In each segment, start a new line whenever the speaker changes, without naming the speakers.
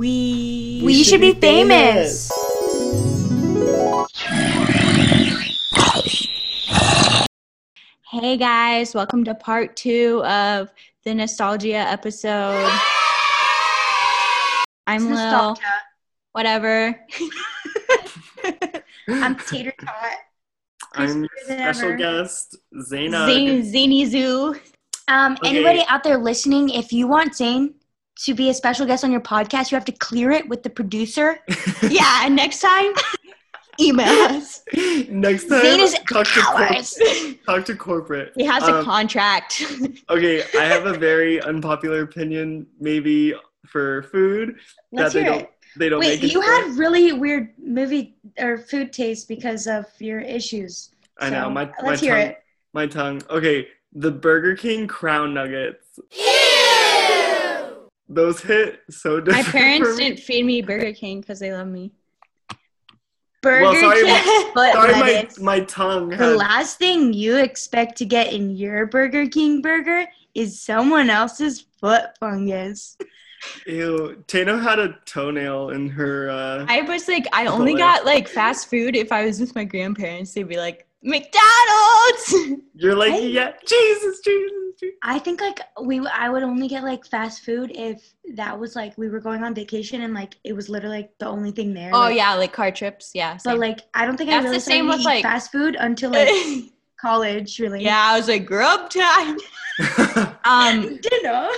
We
We should be famous.
Hey guys, welcome to part two of the nostalgia episode. I'm Lil,
Nostalgia.
whatever.
I'm Tater Tot.
I'm
Christmas than
special
ever.
guest Zaina.
Zane, Zany Zoo.
Um,
Okay.
Anybody out there listening, if you want Zane to be a special guest on your podcast, you have to clear it with the producer.
Yeah, and next time, email us.
Next time,
Zane is
talk, to cor-
ours.
talk to corporate.
He has a
Um,
contract.
okay, I have a very unpopular opinion, maybe for food.
Let's
that they
hear
don't
it.
they don't
Wait,
make it
you
for-
had really weird movie or food taste because of your issues.
I know
so
my
let's
my
hear
tongue,
it.
my tongue. Okay, the Burger King crown nuggets. Those hit so
My
different.
parents
for me.
didn't feed me Burger King because they love me.
Burger
Well, sorry,
King,
my-
but
Sorry, my,
lettuce.
my tongue.
the
Had,
last thing you expect to get in your Burger King burger is someone else's foot fungus.
ew, Tano had a toenail in her. Uh,
I was like, I
That's
only
hilarious.
got like fast food if I was with my grandparents. They'd be like, McDonald's.
you're like,
I-
yeah, Jesus, Jesus, Jesus.
I think like we I would only get like fast food if that was like we were going on vacation and like it was literally like the only thing there.
Oh
like-
yeah, like car trips. Yeah.
But
same.
like I don't think I
That's the
really
same
started to
with,
eat
like-
fast food until like college really.
yeah, I was like, grub time. Um,
Dinner.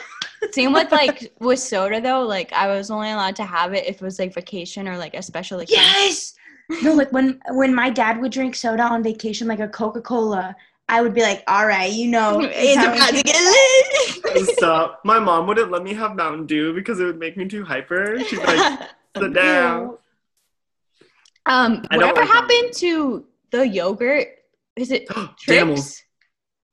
same with like with soda though. Like I was only allowed to have it if it was like vacation or like a special occasion.
Yes. No, like when when my dad would drink soda on vacation, like a Coca Cola, I would be like, "All right, you know,
it's
how
about
it
to get lit.
Stop. uh, My mom wouldn't let me have Mountain Dew because it would make me too hyper. She'd be like, sit
is."
down.
um,
I don't
whatever
like Mountain
happened to the yogurt? Is it
Damals.
Trix?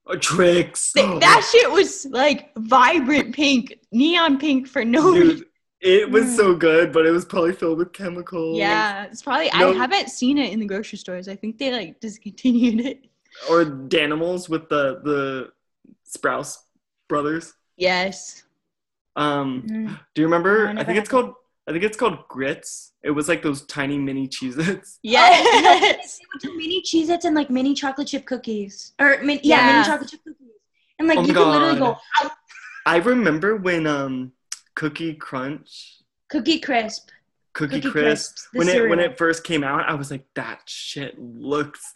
Uh, Tricks.
Th- that shit was like vibrant pink, neon pink for no reason.
Dude, it was
Mm.
so good, but it was probably filled with chemicals.
Yeah, it's probably
No.
I haven't seen it in the grocery stores. I think they like discontinued it.
Or Danimals with the the Sprouse brothers.
Yes.
Um,
Mm.
do you remember?
No, I
I,
never
think
had
it's called. I think it's called grits. It was like those tiny mini Cheez-Its.
Oh, Yes.
Oh, They would do mini Cheez Its and like mini chocolate chip cookies. Or min- yeah,
Yeah.
mini chocolate chip cookies. And like
Oh my
you could literally go
God.
"Ow,
I remember when um, Cookie Crunch,
cookie crisp.
Cookie,
Cookie
Crisp,
crisps. the
when it when
cereal.
it first came out, I was like, that shit looks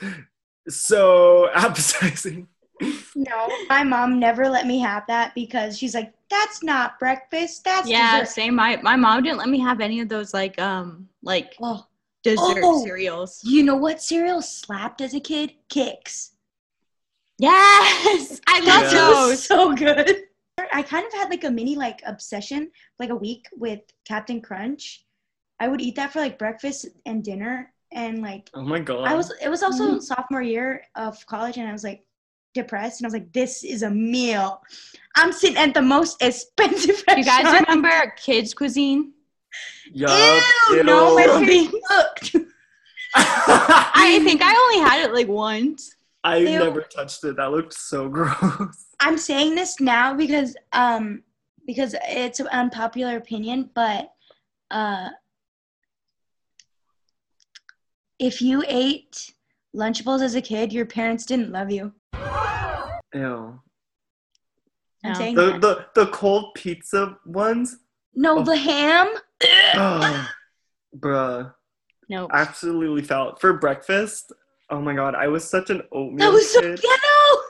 so appetizing.
No, my mom never let me have that because she's like, That's not breakfast, that's
Yeah,
dessert.
same. My my mom didn't let me have any of those like um like
Oh,
dessert
Oh.
cereals.
you know what cereal slapped as a kid? Kicks.
Yes. I love
Yeah.
those.
so good. I kind of had like a mini like obsession, like a week with Captain Crunch. I would eat that for like breakfast and dinner and like
Oh my god!
I was it was also
Mhm.
sophomore year of college and I was like depressed and I was like, This is a meal. I'm sitting at the most expensive
You guys
restaurant.
remember kids cuisine?
Yup,
Ew,
ew.
no, my parents cooked.
I think I only had it like once.
I
Ew.
never touched it. That looked so gross.
I'm saying this now because um because it's an unpopular opinion, but uh if you ate Lunchables as a kid, your parents didn't love you.
Ew.
I'm
No.
saying
The
that.
the the cold pizza ones.
no, the ham.
Oh, bruh,
Nope.
absolutely foul. For breakfast. Oh my god, I was such an oatmeal
That was so
kid.
ghetto.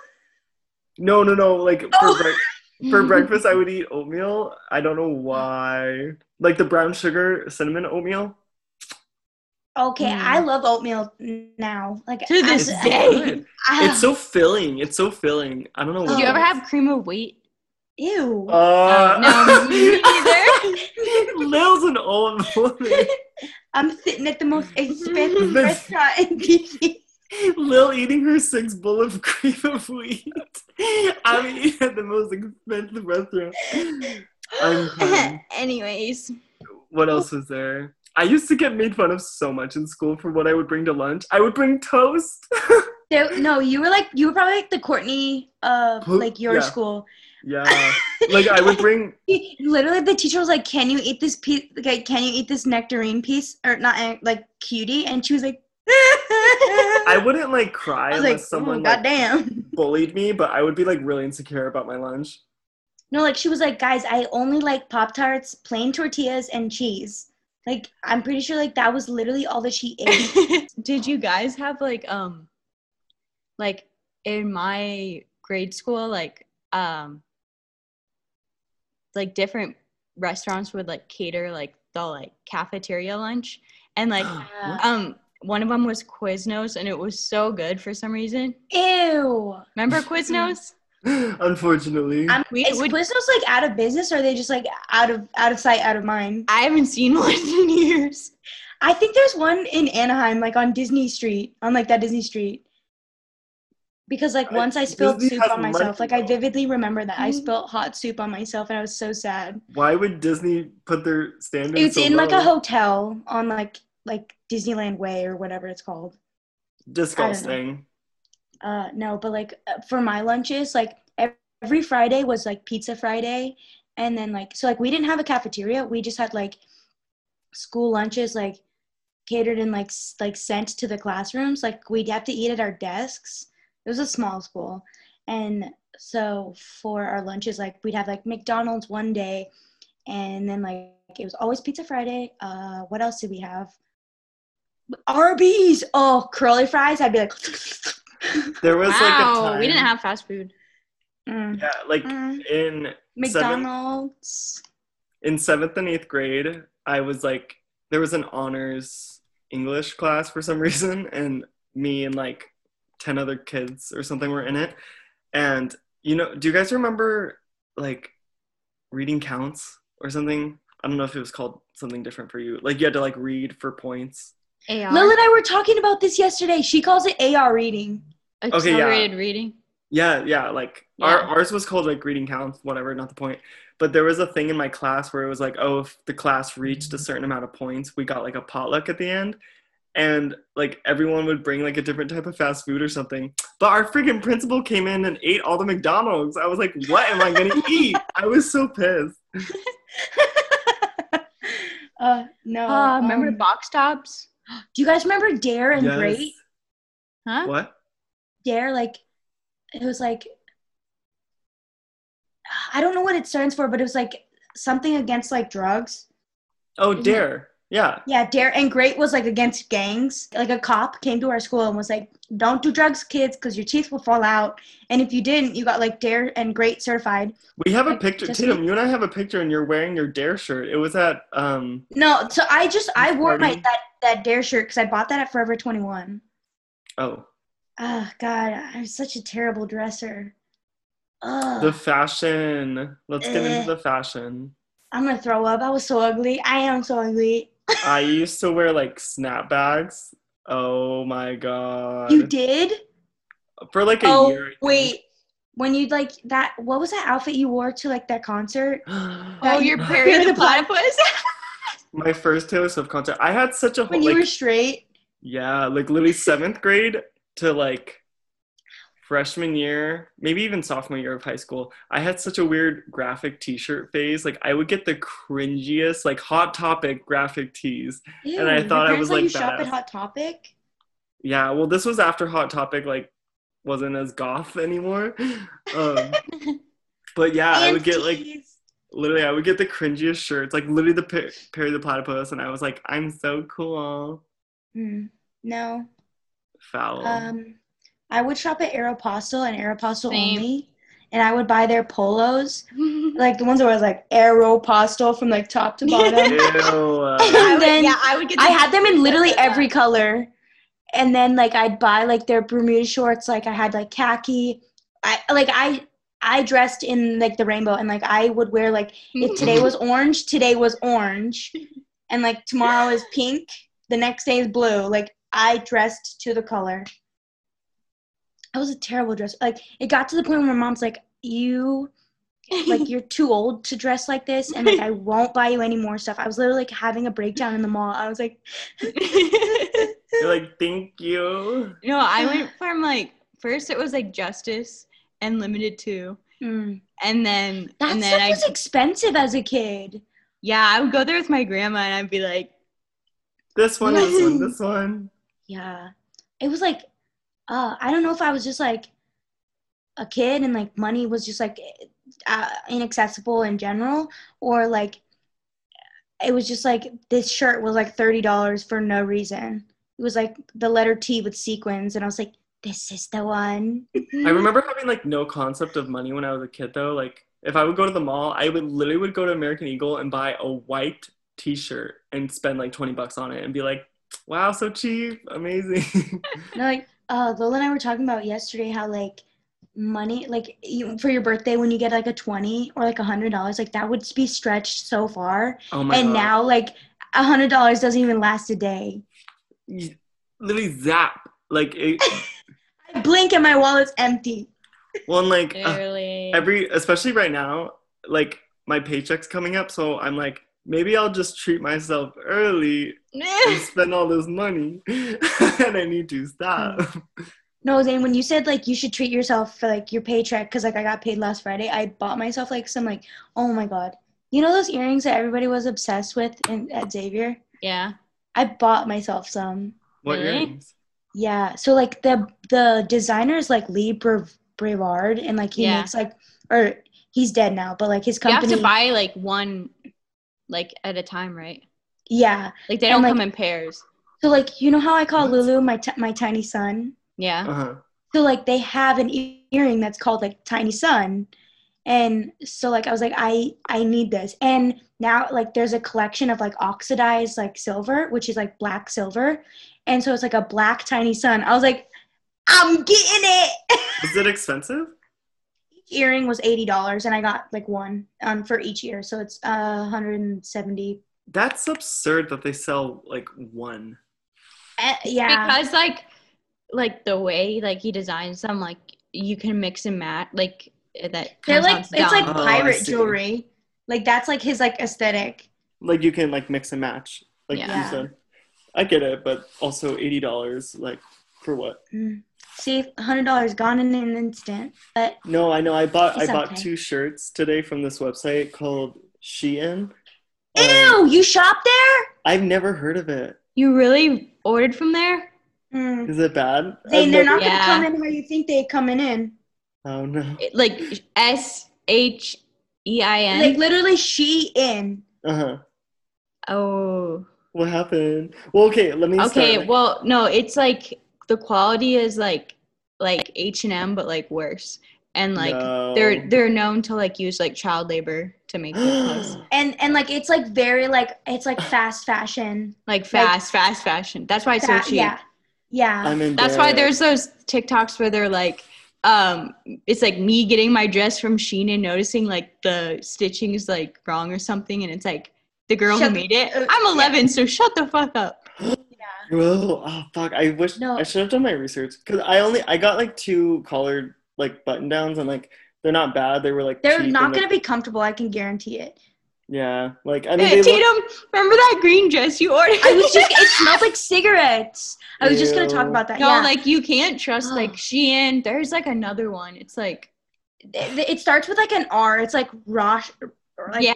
No, no, no. Like
Oh.
for breakfast. For breakfast, I would eat oatmeal. I don't know why. Like the brown sugar cinnamon oatmeal.
Okay,
Hmm.
Mm.
I love oatmeal now. Like
To
I-
this
I-
day.
I-
It's so filling. It's so filling. I don't know
Oh.
Did you ever have cream of wheat?
ew.
Uh,
Oh, no, me neither.
Lil's an old woman.
I'm sitting at the most expensive
This-
restaurant in DC.
Lil eating her six bowl of cream of wheat. I'm eating at the most expensive restaurant. I'm fine.
Anyways,
What else was there? I used to get made fun of so much in school for what I would bring to lunch. I would bring toast.
There, no, you were like you were probably like the Courtney of
Who-
like your
yeah.
school.
Yeah. like I would bring
Literally, the teacher was like, "Can you eat this piece? Like, can you eat this nectarine piece or not? eh, Like, cutie?" And she was like, "I
I wouldn't like cry
was
unless
like,
someone
oh,
like,
goddamn."
bullied me, but I would be like really insecure about my lunch.
No, like she was like, "Guys, I only like Pop Tarts, plain tortillas, and cheese." Like, I'm pretty sure like that was literally all that she ate.
Did you guys have like um like in my grade school like um like different restaurants would like cater like the like cafeteria lunch and like
Yeah.
um one of them was Quiznos and it was so good for some reason.
Ew.
Remember Quiznos?
Unfortunately.
I'm,
We
is
would-
Quiznos like out of business, or are they just like out of out of sight, out of mind?
I haven't seen one in years.
I think there's one in Anaheim, like on Disney Street, on like that Disney Street. Because like
I-
once I spilled
Disney
soup
has
on myself,
mercy,
like I
though.
vividly remember that I
Mhm.
spilled hot soup on myself, and I was so sad.
Why would Disney put their standards?
It's
so
in like a
low?
hotel on like like Disneyland Way or whatever it's called.
disgusting.
Uh, no, but like uh, for my lunches, like ev- every Friday was like Pizza Friday, and then like so like we didn't have a cafeteria. We just had like school lunches like catered and like s- like sent to the classrooms. Like we'd have to eat at our desks. It was a small school, and so for our lunches, like we'd have like McDonald's one day, and then like it was always Pizza Friday. Uh, what else did we have? Arby's. Oh, curly fries. I'd be like.
There was like a
Wow,
time,
we didn't have fast food.
Mm.
yeah, like
Mm.
in
McDonald's.
in seventh and eighth grade, I was like, there was an honors English class for some reason, and me and like 10 other kids or something were in it. And, you know, do you guys remember like reading counts or something? I don't know if it was called something different for you. Like, you had to like read for points.
AR.
Lil and I were talking about this yesterday. She calls it AR reading.
Okay, yeah.
accelerated reading.
Yeah, yeah. Like our
Yeah.
ours was called like reading counts, whatever, not the point. But there was a thing in my class where it was like, oh, if the class reached a certain amount of points, we got like a potluck at the end. And like everyone would bring like a different type of fast food or something. But our freaking principal came in and ate all the McDonald's. I was like, what am I gonna eat? I was so pissed.
Uh, no.
Uh, remember
um,
the box tops?
do you guys remember Dare and
Yes.
Great?
Huh?
What?
Dare, like, it was like, I don't know what it stands for, but it was like something against like drugs.
Oh,
Mm-hmm.
Mhm.
dare. Yeah.
Yeah, Dare and Great was like against gangs. Like a cop came to our school and was like, "Don't do drugs, kids, because your teeth will fall out, and if you didn't, you got like Dare and Great certified."
We have a
Like,
picture,
just
Tatum.
like-
You and I have a picture, and you're wearing your dare shirt. It was at um.
No, so I just I wore my
Party?
that that Dare shirt because I bought that at Forever Twenty One.
Oh,
Oh God, I'm such a terrible dresser. Ugh,
the fashion. Let's get
Eh.
into the fashion.
I'm gonna throw up. I was so ugly. I am so ugly.
I used to wear like snapbacks. Oh my god!
You did?
for like a
oh
year. I think.
wait, when you like that? What was that outfit you wore to like that concert?
Oh,
Yeah,
your
you-
period
You're
the
the plat-
platypus?
my first Taylor Swift concert. I had such a
When
whole,
you
like
were straight.
yeah, like literally seventh grade to like freshman year, maybe even sophomore year of high school. I had such a weird graphic T-shirt phase. Like I would get the cringiest, like Hot Topic graphic tees.
Ew,
I
your
thought I
parents
was,
let
like,
you shop
badass.
at Hot Topic.
Yeah, well, this was after Hot Topic like wasn't as goth anymore. Um, but yeah, I would get like
Aunties.
Literally, I would get the cringiest shirts, like literally the Pe- Perry the Platypus, and I was like, "I'm so cool."
Hmm, no.
Foul.
Um, I would shop at Aeropostale and Aeropostale
Same.
only, and I would buy their polos, like the ones that was like Aeropostale from like top to bottom.
Ew. uh,
I would-
then
yeah, I would get.
I
the-
had them in literally
Yeah.
every color, and then like I'd buy like their Bermuda shorts. Like I had like khaki. I like I I dressed in like the rainbow, and like I would wear like if today was orange, today was orange, and like tomorrow is pink, the next day is blue. Like I dressed to the color. I was a terrible dresser. Like it got to the point where my mom's like, "You, like you're too old to dress like this, and like I won't buy you any more stuff." I was literally like having a breakdown in the mall. I was like,
you're like, "Thank you."
no, I went from like first it was like Justice and Limited Two,
Mm.
And then
That
Hmm. and
stuff
then I
was expensive as a kid.
yeah, I would go there with my grandma and I'd be like,
This one, this one, this one.
Yeah. It was like, uh, I don't know if I was just like a kid and like money was just like uh, inaccessible in general, or like it was just like this shirt was like $30 for no reason. It was like the letter T with sequins, and I was like, this is the one.
I remember having like no concept of money when I was a kid though. Like if I would go to the mall, I would literally would go to American Eagle and buy a white T-shirt and spend like twenty bucks on it and be like, "Wow, so cheap, amazing."
No, like uh, Lola and I were talking about yesterday how like money, like you, for your birthday when you get like a twenty or like a hundred dollars, like that would be stretched so far,
oh my
and
god!
now like a hundred dollars doesn't even last a day.
now, literally zap. Like it,
I blink and my wallet's empty.
one like uh,
literally
every, especially right now, like my paycheck's coming up, so I'm like, maybe I'll just treat myself early and spend all this money, and I need to stop.
No, Zane, when you said like you should treat yourself for like your paycheck because like I got paid last Friday, I bought myself like some like oh my god, you know those earrings that everybody was obsessed with in, at Xavier.
yeah.
I bought myself some.
What
Really?
earrings?
Yeah. So like the the designer is like Lee Brev- Brevard, and like he
Yeah.
makes like or he's dead now, but like his
You
company.
have to buy like one like at a time, right?
yeah.
Like they
And,
don't
like-
come in pairs.
So like you know how I call
What?
Lulu my t- my tiny son.
Yeah.
Uh huh.
So like they have an e- earring that's called like Tiny Sun, and so like I was like I I need this, and now like there's a collection of like oxidized like silver, which is like black silver, and so it's like a black Tiny Sun. I was like, I'm getting it.
Is it expensive?
each earring was eighty dollars, and I got like one um for each ear, so it's uh, hundred and seventy.
That's absurd that they sell like one.
Uh,
Oh,
yeah,
because like like the way like he designs them like you can mix and match like that
they're
kinda
like
sounds
it's like
dumb.
Oh, I
pirate
see.
jewelry. Like that's like his like aesthetic.
Like you can like mix and match. Like
Yeah.
you said. I get it, but also eighty dollars, like for what?
Mm. See, hundred dollars gone in an instant. But
No, I know I bought
It's
I bought
okay.
two shirts today from this website called Shein. Um,
ew, you shop there?
I've never heard of it.
you really ordered from there
Mm.
Is it bad?
They,
I've
they're
never-
not
Yeah.
gonna come in how you think they coming in.
Oh no.
It- like S H E I
Like
N
literally, she in.
Uh huh.
oh
What happened? Well, okay. Let me. start,
okay
like-
well no it's like the quality is like like H and M but like worse and like
No.
they're they're known to like use like child labor to make their clothes
And and like it's like very like it's like fast fashion.
like fast fast fashion that's why it's so
Fa-
cheap
yeah, yeah.
I'm in.
That's why there's those TikToks where they're like, um, it's like me getting my dress from Shein and noticing like the stitching is like wrong or something, and it's like the girl
Shut
who
the-
made it.
uh,
I'm 11, so shut the fuck up.
Whoa, oh fuck. I wish
No.
I should have done my research. Cause I only I got like two collared like button downs and like they're not bad. They were like
They're
cheap and,
not
like-
gonna be comfortable. I can guarantee it.
Yeah. Like I mean
Hey,
they look-
Tatum, remember that green dress you ordered?
I was just it smelled like cigarettes. I was just gonna talk
Ew.
about that.
no,
yeah.
like you can't trust like Shein. There's like another one. It's like
it, it starts with like an R. It's like Rosh or like
Yeah.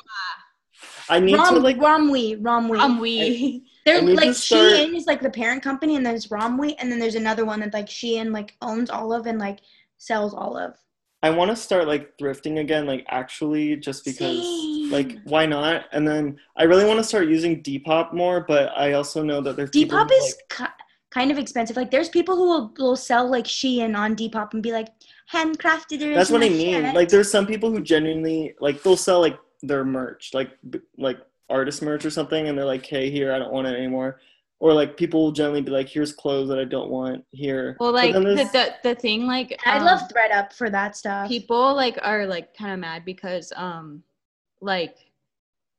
I need
Rom,
to like
Romwe, Romwe.
um we.
They're
I need
like
to start-
Shein is like the parent company, and there's Romwe, and then there's another one that like Shein like owns all of and like sells all of.
I wanna start like thrifting again, like actually just because like
Same.
why not? And then I really wanna start using Depop more, but I also know that there's people
Depop
who,
is ki- kind of expensive. Like there's people who will, will sell like Shein on Depop and be like handcrafted.
like, that's what I mean.
original
Like
shirt.
there's some people who genuinely like they'll sell like their merch, like b- like artist merch or something, and they're like, "Hey, here, I don't want it anymore." Or like people will generally be like, "Here's clothes that I don't want here."
Well,
But
like the,
then there's-
the the thing like
I
um,
love ThreadUp for that stuff.
people like are like kind of mad because um like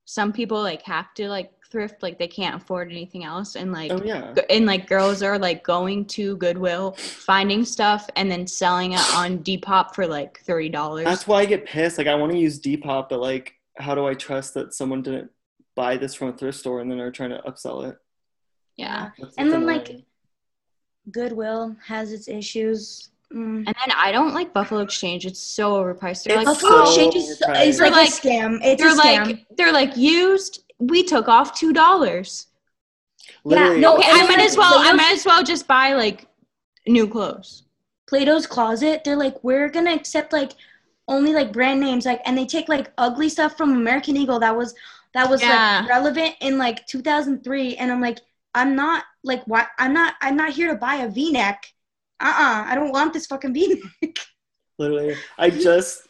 some people like have to like thrift like they can't afford anything else and like
oh yeah,
g- and like girls are like going to goodwill finding stuff and then selling it on depop for like thirty dollars
that's why I get pissed. Like I want to use Depop, but like, how do I trust that someone didn't buy this from a thrift store and then are trying to upsell it?
yeah
That's-
And
that's
then, like,
annoying.
Goodwill has its issues. Mm.
And then I don't like Buffalo Exchange. It's so overpriced. They're
It's
like,
Buffalo
oh,
Exchange is
overpriced.
it's
They're
like,
like-
a scam. It's a
they're
scam.
like they're like used. We took off two dollars.
Literally,
no,
Okay,
and
I
then
might as
like
well. I
those-
might as well just buy like new clothes.
Plato's Closet, they're like, we're gonna accept like only like brand names, like, and they take like ugly stuff from American Eagle that was that was
Yeah.
like relevant in like 2003, and I'm like, I'm not like why I'm not I'm not here to buy a V-neck. Uh-uh, I don't want this fucking V-neck.
literally. I just,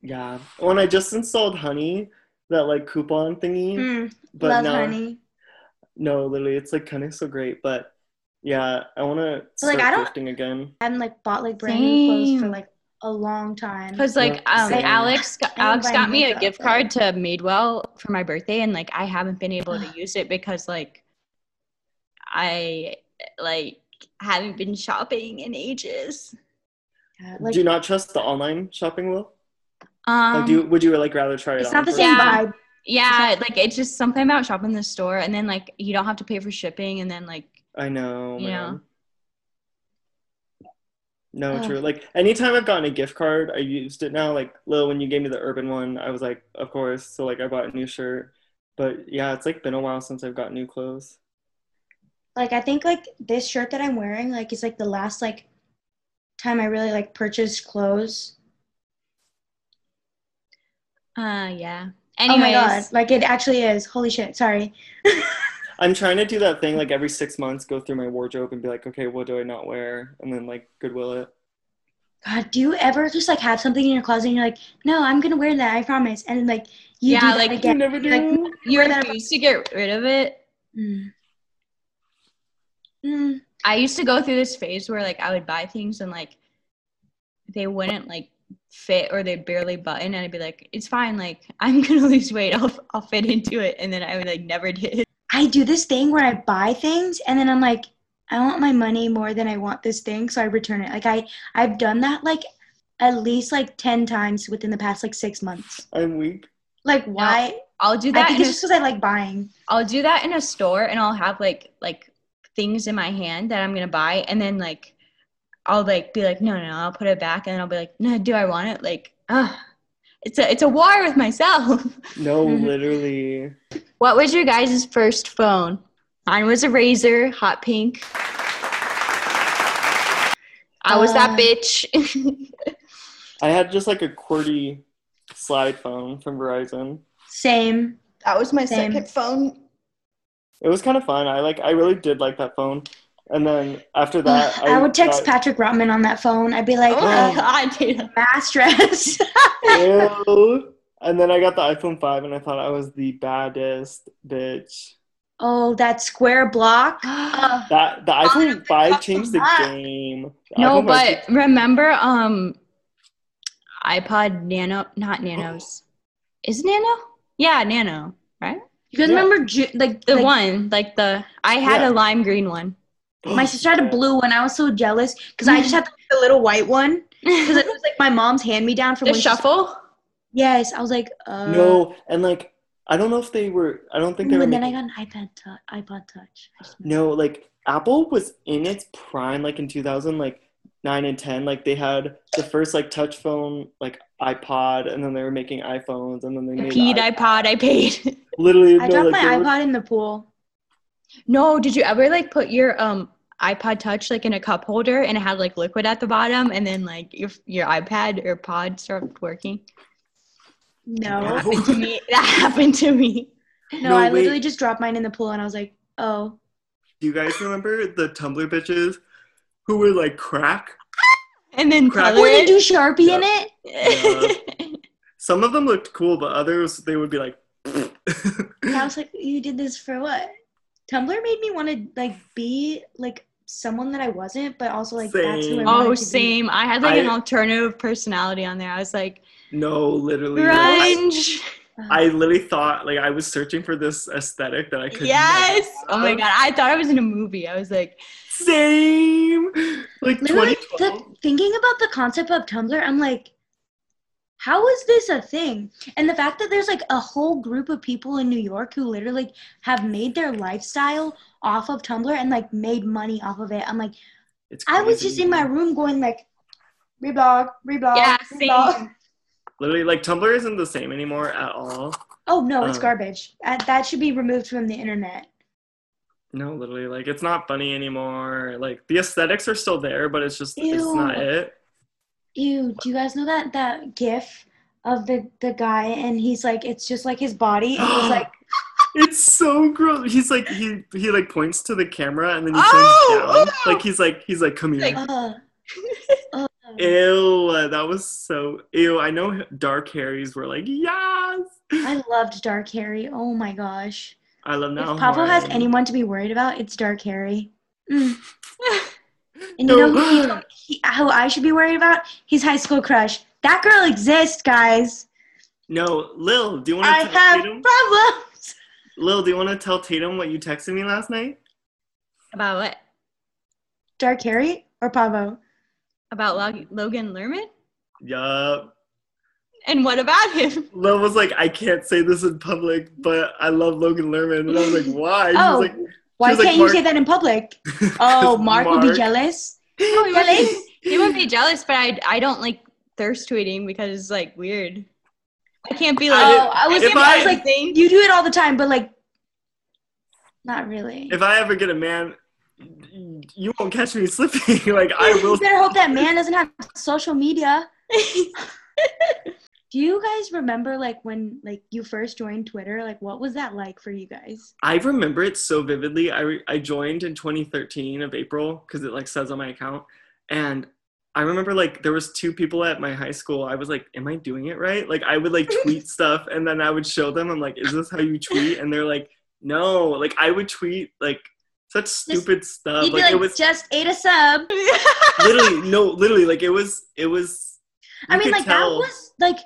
yeah. When I just installed Honey, that like coupon thingy,
Mm,
but
love
no,
honey.
no, literally, it's like kind of so great. But yeah, I want to
But, like,
start
I don't-
thrifting again.
I haven't like bought like brand new clothes for
Same.
like a long time.
Because like
Yeah,
um,
same.
Alex, got-
I don't
Alex
buy
got me a
makeup,
gift
but-
card to Madewell for my birthday, and like I haven't been able to use it because like I like haven't been shopping in ages.
Yeah, like
Do you not trust the online shopping will?
Um,
like, do you, would you like rather try it?
it's
on
not the
first?
same
Yeah.
vibe.
yeah, like it's just something about shopping in the store, and then like you don't have to pay for shipping, and then like
I know,
You know?
man. No,
Ugh.
true. Like anytime I've gotten a gift card, I used it now. Like Lil, when you gave me the urban one, I was like, of course. So like I bought a new shirt. But yeah, it's like been a while since I've got new clothes.
Like I think like this shirt that I'm wearing, like is like the last like time I really like purchased clothes.
uh yeah.
Oh
Anyways,
my god! Like it actually is. Holy shit! Sorry.
I'm trying to do that thing like every six months, go through my wardrobe and be like, okay, what do I not wear? And then like goodwill it.
God, do you ever just like have something in your closet and you're like, no, I'm gonna wear that. I promise. And like you
Yeah,
do that
like,
You
again.
never do.
like,
you
wear that-
refuse to get rid of it.
Mm. Mm.
I used to go through this phase where like I would buy things and like they wouldn't like fit or they barely button and I'd be like, it's fine, like I'm gonna lose weight, I'll I'll fit into it and then I would like never did.
I do this thing where I buy things and then I'm like, I want my money more than I want this thing, so I return it. Like I, I've done that like at least like ten times within the past like six months.
I'm weak.
Like why?
I'll do
I
that
think
in a,
it's just because I like buying.
I'll do that in a store and I'll have like like things in my hand that I'm gonna buy and then like I'll like be like, no no, no I'll put it back and then I'll be like, no, do I want it? Like, ah it's a it's a war with myself.
No,
Mhm.
literally.
What was your guys' first phone? Mine was a razor, hot pink. I was
Uh,
that bitch.
I had just like a QWERTY slide phone from Verizon.
Same.
that was my
same.
second phone.
It was kind of fun. I like. I really did like that phone. And then after that,
I, would text
got-
Patrick Rotman on that phone. I'd be like,
oh
uh,
my god, dude.
mass dress.
Ew. And then I got the iPhone five, and I thought I was the baddest bitch.
oh, that square block.
no,
Uh,
That the iPhone five changed the
fuck.
game. Oh The iPhone 5
but remember um iPod Nano not nanos. Is nano? Yeah, nano, right?
you guys
Yeah.
remember Ju- like
The
like,
one, like the I had
Yeah.
a lime green one.
Oh.
My sister had a blue one. I was so jealous because I just had like, the little white one because
the
it was like my mom's hand me down from when she-
shuffle?
yes, I was like, uh,
No, and like I don't know if they were. I don't think they
Ooh,
were.
and then I
making-
got an iPad touch. iPod Touch. I just remembered.
No, like Apple was in its prime, like in 2000, like nine and 10. Like they had the first like touch phone, like iPod, and then they were making iPhones, and then they
I
made
peed,
the
I pod, I paid.
literally.
I
no,
dropped
like,
my
they were-
iPod in the pool.
No, did you ever like put your um iPod Touch like in a cup holder and it had like liquid at the bottom and then like your your iPad or pod stopped working?
No,
That
no,
happened to me. That happened to me.
No,
I
wait.
literally just dropped mine in the pool, and I was like, oh.
Do you guys remember the Tumblr bitches who were like crack?
And then
Crap.
color
When you do
it.
Sharpie in
Yeah.
it?
Some of them looked cool, but others they would be like.
And I was like, you did this for what? Tumblr made me want to like be like someone that I wasn't, but also like that's who I
Same.
wanted
oh,
to be.
same. I had like an
I-
alternative personality on there. I was like
no, literally. like, I,
grunge.
I literally thought like I was searching for this aesthetic that I could.
Yes.
never
Oh my
have.
god. I thought I was in a movie. I was like,
Same. Like twenty
Literally, the,
twelve.
thinking about the concept of Tumblr, I'm like, how is this a thing? And the fact that there's like a whole group of people in New York who literally have made their lifestyle off of Tumblr and like made money off of it. I'm like,
It's Mm-hmm.
I was just in my room going like, reblog, reblog.
Yeah,
reblog.
same.
Literally, like Tumblr isn't the same anymore at all.
Oh no, it's
Um,
garbage. Uh, that should be removed from the internet.
No, literally, like it's not funny anymore. Like the aesthetics are still there, but it's just it's
Ew.
not it.
Ew, do you guys know that that gif of the the guy and he's like it's just like his body and he's like
It's so gross. He's like he he like points to the camera and then he points
Oh,
down.
ew.
Like he's like he's like come here.
Like-
uh, uh.
ew, that was so ew. I know dark Harrys were like yes.
I loved Dark Harry. Oh my gosh.
I love now.
if Pablo has
Hawaii.
anyone to be worried about, it's Dark Harry. Mm. And
No.
you know who, he- he, who I should be worried about? His high school crush. That girl exists, guys.
No, Lil, do you want
I
to tell
have
Tatum?
problems.
Lil, do you want to tell Tatum what you texted me last night?
About what?
Dark Harry or Pablo?
About Log- Logan Lerman?
Yup.
And what about him?
Lil was like, I can't say this in public, but I love Logan Lerman. And I was like, why? She
Oh,
was like,
Why
was like,
can't you
"Mark-
say that in public? Oh, Mark, would be jealous.
No, he, would
Really?
be, he would be jealous, but I, I don't like thirst tweeting because it's like weird. I can't be like,
Oh, I was
If
can't
I was
be
like,
everything.
you do it all the time, but like, not really.
If I ever get a man, you won't catch me slipping. like, I
you
will.
better hope that man doesn't have social media. Do you guys remember like when like you first joined Twitter? Like, what was that like for you guys?
I remember it so vividly. I, re- I joined in 2013 of April because it like says on my account, and I remember like there was two people at my high school. I was like, "Am I doing it right?" Like I would like tweet stuff, and then I would show them. I'm like, "Is this how you tweet?" And they're like, "No." Like I would tweet like such stupid stuff.
You'd be
Like,
like,
it was
just ate a sub.
literally no, literally like it was it was.
I
you
mean,
could
like that
tell.
was like,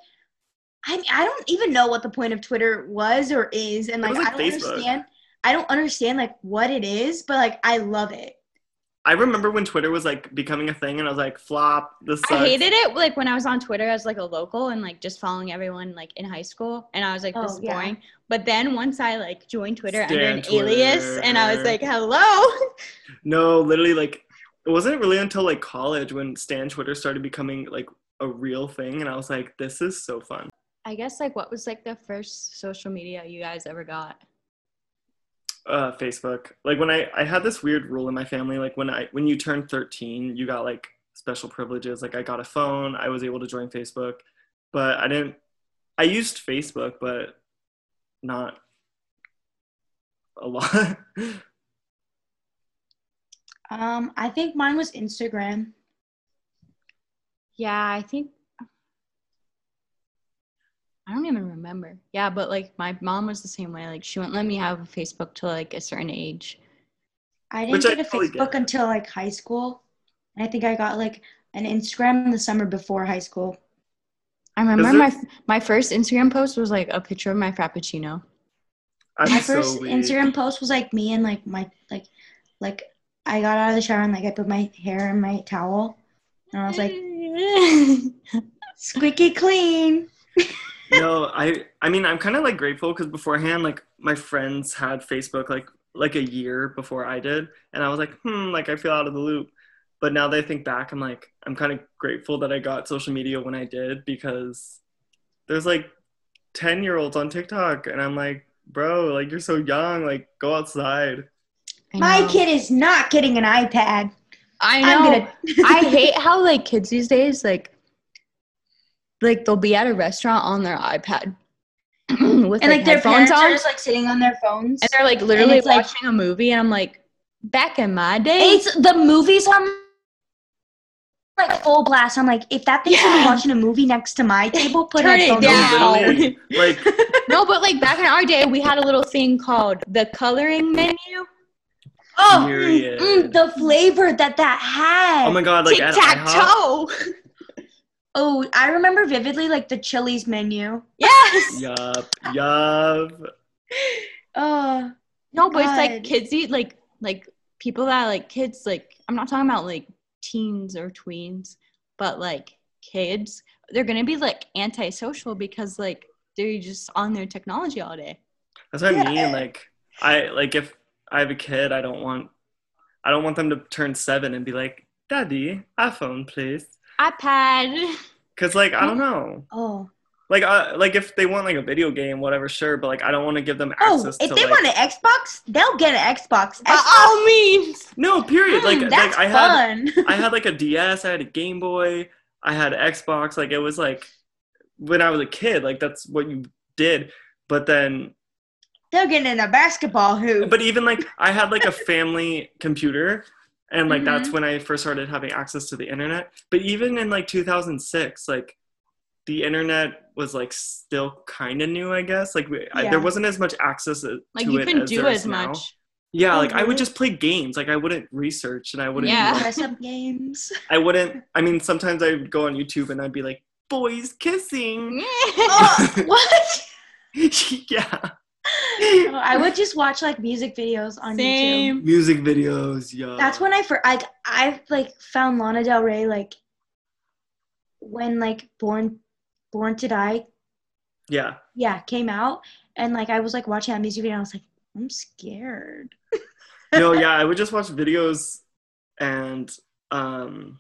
I I don't even know what the point of Twitter was or is, and
It
like,
was
I
like
don't
Facebook.
understand. I don't understand like what it is, but like I love it.
I remember when Twitter was like becoming a thing, and I was like, "Flop." This sucks.
I hated it. Like when I was on Twitter as like a local and like just following everyone like in high school, and I was like, this
Oh,
is
yeah.
boring. But then once I like joined Twitter under
Stan
an alias, and I was
Twitter.
like, hello.
No, literally, like it wasn't really until like college when Stan Twitter started becoming like a real thing, and I was like, this is so fun.
I guess like what was like the first social media you guys ever got?
Uh, Facebook. Like when I I had this weird rule in my family, like when I when you turned thirteen, you got like special privileges. Like I got a phone, I was able to join Facebook, but I didn't. I used Facebook, but not a lot.
Um, I think mine was Instagram.
Yeah, I think I don't even remember. Yeah, but like my mom was the same way. Like she wouldn't let me have a Facebook till like a certain age.
I didn't
Which I
get a
totally get.
Facebook until like high school, and I think I got like an Instagram the summer before high school.
I remember
there-
my f- my first Instagram post was like a picture of my frappuccino.
I'm
my
so
first
weak.
Instagram post was like me and like my like like I got out of the shower and like I put my hair in my towel and I was like squeaky clean.
no i i mean i'm kind of like grateful because beforehand like my friends had facebook like like a year before i did and i was like hmm like i feel out of the loop but now that i think back i'm like i'm kind of grateful that i got social media when i did because there's like 10 year olds on tiktok and i'm like bro like you're so young like go outside
I
My
know.
kid is not getting an iPad.
I know.
I'm gonna
I hate how like kids these days like like they'll be at a restaurant on their iPad with
and like their
headphones
parents
on
are just like sitting on their phones.
and they're like literally
it's, like-
watching a movie and I'm like back in my day
It's the movies on like full blast. I'm like, if that thing should
Yeah.
be watching a movie next to my table, put
Turn it
headphones
down.
on.
No, literally, like
no but like back in our day we had a little thing called the coloring menu
Oh, mm,
Period.
mm, the flavor that that had.
oh my god like
tic
at
tac
IHOP,
toe
Oh, I remember vividly like the Chili's menu.
yes
yup yup
Oh,
no but it's like
God.
kids eat like like people that like kids like I'm not talking about like teens or tweens but like kids they're gonna be like antisocial because like they're just on their technology all day
That's what
Yeah.
I mean. Like I like if I have a kid, I don't want I don't want them to turn seven and be like, Daddy, iPhone, please.
iPad.
Cause like I don't know.
Oh.
Like uh, like if they want like a video game, whatever, sure. But like I don't want to give them
Oh,
access.
if
to,
they
like,
want an Xbox, they'll get an Xbox.
By
Xbox-
all means.
No, period. Like like
Mm, that's
I had
fun.
I had like a DS, I had a Game Boy, I had Xbox. Like it was like when I was a kid, like that's what you did. But then,
they're getting in a basketball hoop.
but even like I had like a family computer, and like that's
Mhm.
when I first started having access to the internet. But even in like 2006, like the internet was like still kind of new, I guess. Like we, I,
Yeah.
there wasn't as much access to
Like
to
you
it
couldn't
as
do
there is
as
now.
much. Mm-hmm.
Yeah,
Oh,
like I
really?
would just play games. Like I wouldn't research, and I wouldn't.
Yeah.
like,
dress up games.
I wouldn't. I mean, sometimes I'd go on YouTube and I'd be like, "Boys kissing."
oh, what?
Mm-hmm.
yeah.
Oh, I would just watch like music videos on YouTube.
Same.
Music videos, yeah.
That's when I first like I like found Lana Del Rey like when like Born Born to Die
Yeah.
yeah came out and like I was like watching that music video and I was like I'm scared.
No, yeah. I would just watch videos, and um,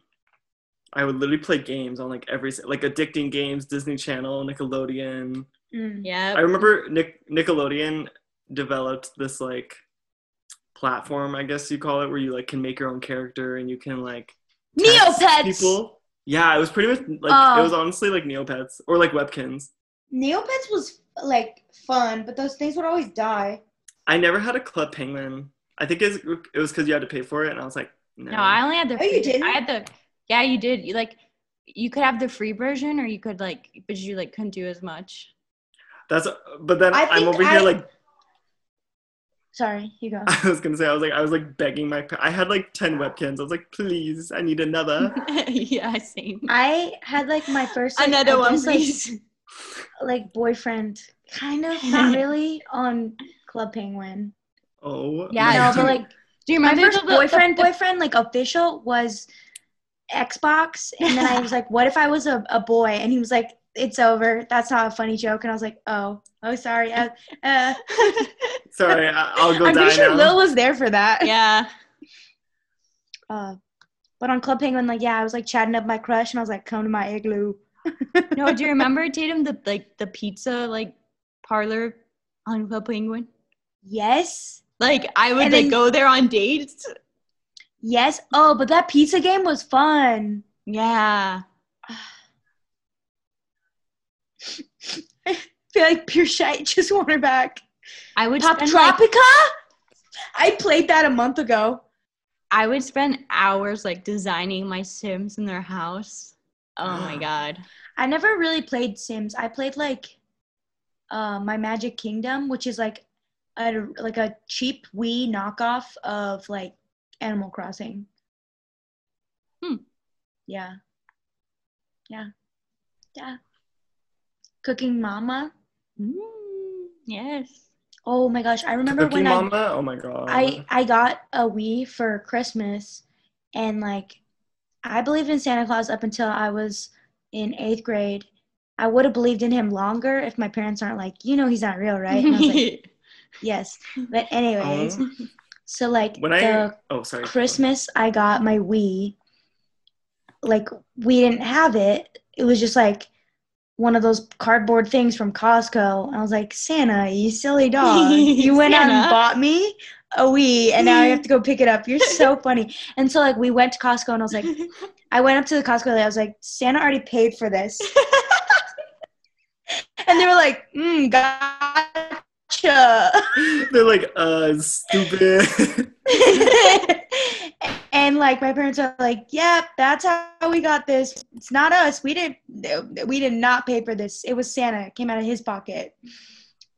I would literally play games on like every like addicting games, Disney Channel, Nickelodeon.
Mm.
I
Yeah.
remember Nick Nickelodeon developed this like platform, I guess you call it, where you like can make your own character and you can like text
Neopets.
people. Yeah, it was pretty much like it
Oh.
was honestly like Neopets or like Webkins.
Neopets was like fun, but those things would always die.
I never had a Club Penguin. I think it's- it was because you had to pay for it, and I was like, no.
No, I only had the.
Oh, you
free-
didn't?
I had the. Yeah, you did. You like. You could have the free version, or you could like, but you like couldn't do as much.
That's but then
I
I'm
think
over
I-
here like
Sorry, you go.
I was gonna say I was like I was like begging my pa- I had like ten Webkins. I was like, please, I need another.
yeah, same.
I had like my first like,
Another
I
one,
guess, like,
please.
like boyfriend, kind of not really on Club Penguin.
Oh
Yeah, I
no,
my
but
God.
like
Do you
my
remember
first
the- the-
boyfriend,
the-
boyfriend like official was Xbox, and then I was like, what if I was a, a boy? And he was like, it's over. That's not a funny joke. And I was like, oh, oh, sorry. Uh, uh.
sorry, I, I'll go
I'm
die
pretty sure
now.
Lil was there for that.
yeah.
Uh, but on Club Penguin, like, yeah, I was like chatting up my crush, and I was like, come to my igloo.
No, do you remember Tatum the like the pizza like parlor on Club Penguin?
Yes.
Like I would
And
like
then-
go there on dates.
Yes. Oh, but that pizza game was fun.
Yeah.
I feel like pure shite just want her back.
I would
Pop
spend,
Tropica?
like,
I played that a month ago.
I would spend hours like designing my Sims in their house. Oh my god.
I never really played Sims. I played like uh, my Magic Kingdom, which is like a like a cheap Wii knockoff of like Animal Crossing.
Hmm.
Yeah. Yeah. Yeah. Cooking Mama.
Mm, yes.
Oh my gosh! I remember
Cookie
when I
Mama. oh my god.
I I got a Wii for Christmas, and like, I believed in Santa Claus up until I was in eighth grade. I would have believed in him longer if my parents aren't like, you know, he's not real, right? And I was like, yes. But anyways,
Oh.
so like
when I
the
oh sorry
Christmas, I got my Wii. Like we didn't have it. It was just like one of those cardboard things from Costco. And I was like, Santa, you silly dog. You went out
Santa.
and bought me a Wii and now I have to go pick it up. You're so funny. And so like we went to Costco and I was like, I went up to the Costco and I was like, Santa already paid for this. and they were like, mm, gotcha.
they're like uh stupid.
and like my parents are like, "Yep, that's how we got this. It's not us. We didn't. We did not pay for this. It was Santa. It came out of his pocket."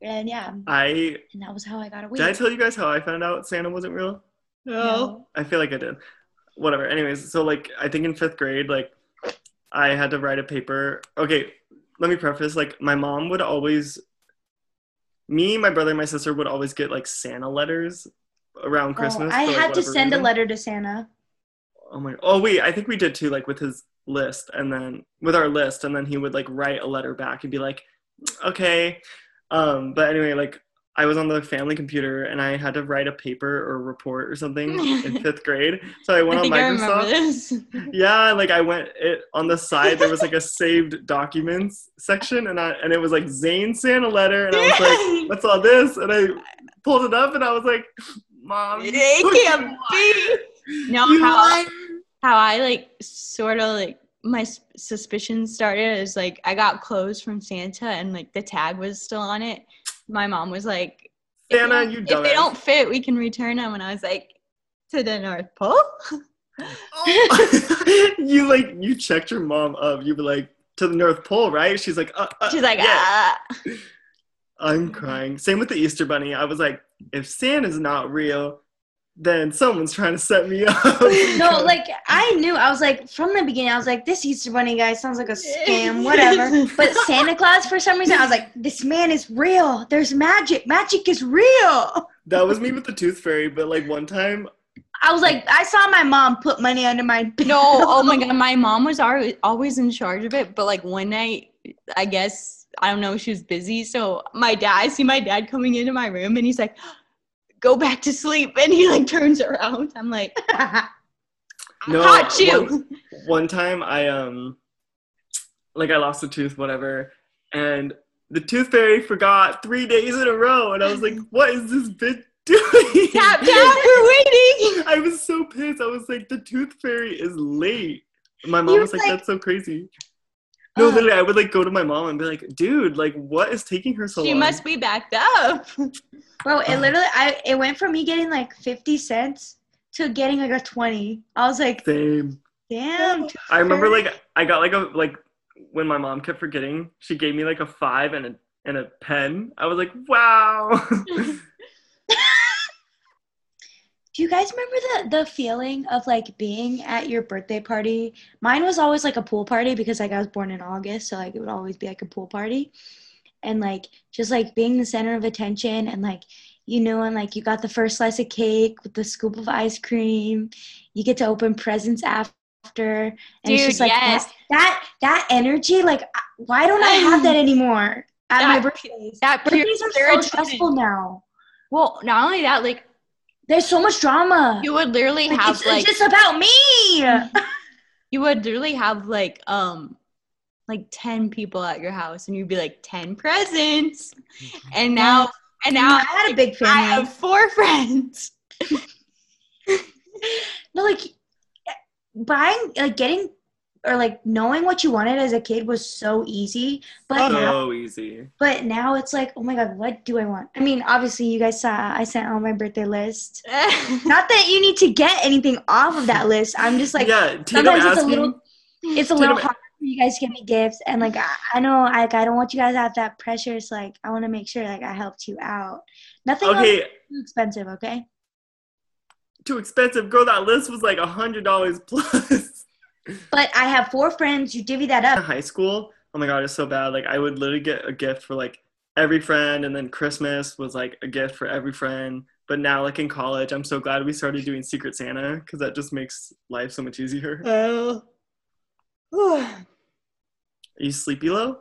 And yeah,
I
and that was how I got a
did I
week.
tell you guys how I found out Santa wasn't real?
No.
I feel like I did. Whatever. Anyways, so like I think in fifth grade, like I had to write a paper. Okay, let me preface. Like my mom would always, me, my brother, and my sister would always get like Santa letters around Christmas.
Oh, I
for, like,
had to
whatever
send a
reason.
letter to Santa.
Oh my. Oh wait, I think we did too. Like with his list, and then with our list, and then he would like write a letter back and be like, okay. Um, but anyway, like I was on the family computer and I had to write a paper or report or something in fifth grade. So I went
I
on
think I remember
Microsoft.
this.
Yeah, like I went it on the side. There was like a saved documents section, and I and it was like Zane sent a letter, and I was like, "That's all this," and I pulled it up, and I was like, "Mom, you
It
fucking
can't be. No,
um, You
how
liar.
how I like sort of like my s- suspicions started is like I got clothes from Santa and like the tag was still on it. My mom was like, "If they
Santa,
don't-
you
If they
dumbass."
don't fit, we can return them." And I was like, "To the North Pole."
Oh, you like you checked your mom up. You were like to the North Pole, right? She's like, uh, uh,
She's like,
yeah.
"Ah."
I'm crying. Same with the Easter Bunny. I was like, if Santa's not real, then someone's trying to set me up.
no, like I knew. I was like from the beginning. I was like, this Easter Bunny guy sounds like a scam, whatever. But Santa Claus, for some reason, I was like, this man is real. There's magic. Magic is real.
that was me with the Tooth Fairy. But like one time,
I was like, I saw my mom put money under my bed.
No, oh my god, my mom was always always in charge of it, but like one night, I guess I don't know, she was busy. So my dad, I see my dad coming into my room, and he's like, "Go back to sleep," and he like turns around. I'm like, I
No,
"Caught you."
one- one time I um, like I lost a tooth, whatever, and the Tooth Fairy forgot three days in a row, and I was like, what is this bitch doing?
tap tap, we're waiting.
I was so pissed. I was like, the tooth fairy is late. And my mom
You
was
were
like,
like-
that's so crazy. No,
Ugh.
literally, I would like go to my mom and be like, dude, like, what is taking her so
She
long?
must be backed up.
Bro, it literally, I it went from me getting like fifty cents to getting like a twenty. I was like,
Same.
damn.
I remember like I got like a like when my mom kept forgetting, she gave me like a five and a and a pen. I was like, wow.
Do you guys remember the the feeling of like being at your birthday party? Mine was always like a pool party because like I was born in August, so like it would always be like a pool party. And like just like being the center of attention and like you know and like you got the first slice of cake with the scoop of ice cream. You get to open presents after. And it's
Dude,
just like
yes.
that, that that energy like I- why don't I have that anymore at my
That-
birthdays?
that pure
Birthdays are so
serotonin.
stressful now.
Well, not only that, like
There's so much drama.
you would literally
Like,
have
it's,
like
it's just about me.
you would literally have like um like 10 people at your house and you'd be like 10 presents and now and
No,
now
I had a big
i
family.
have four friends
no, like buying, like getting, or like knowing what you wanted as a kid was so easy. But now,
so easy.
but now it's like, oh my god, what do I want? I mean, obviously, you guys saw I sent out my birthday list. Not that you need to get anything off of that list. I'm just like,
yeah, Tatum
sometimes it's a
asking.
little- it's a
Tatum-
little hard. for You guys to get me gifts, and like I, I know, like I don't want you guys to have that pressure. It's like I want to make sure, like I helped you out. Nothing else
okay,
is too expensive, okay?
too expensive. Girl, that list was like a hundred dollars plus.
But I have four friends. You divvy that
in
up.
high school, oh my god, it's so bad. Like I would literally get a gift for like every friend, and then Christmas was like a gift for every friend. But now, like in college, I'm so glad we started doing Secret Santa because that just makes life so much easier. Are you sleepy low?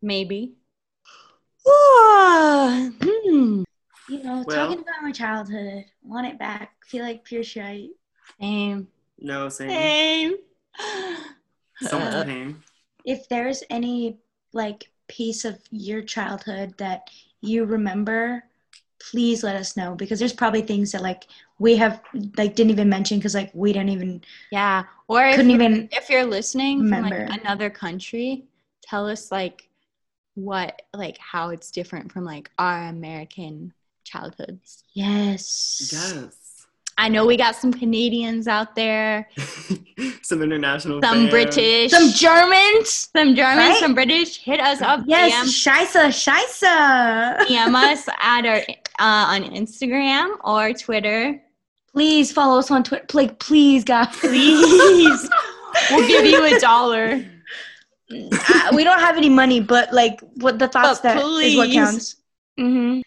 maybe Hmm.
You know,
Well-
talking about my childhood, want it back, feel like pure shite.
same
No, same.
same Uh,
So much pain.
If there's any like piece of your childhood that you remember, please let us know because there's probably things that like we have like didn't even mention because like we don't even
yeah or if
couldn't even
if you're listening from like
Remember.
another country, tell us like what like how it's different from like our American childhoods.
yes
Yes.
I know we got some Canadians out there,
Some international.
some
fan.
British,
some Germans
some German,
right?
some British. Hit us up,
yes shisa shisa
DM, DM us at our uh, on Instagram or Twitter.
please follow us on Twitter like please guys
Please, we'll give you a dollar.
I, Uh, we don't have any money, but like what the thoughts
But
that is what
please.
counts. Mm-hmm.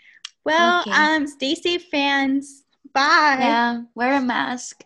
Well,
Okay.
um, stay safe, fans. Bye.
Yeah, wear a mask.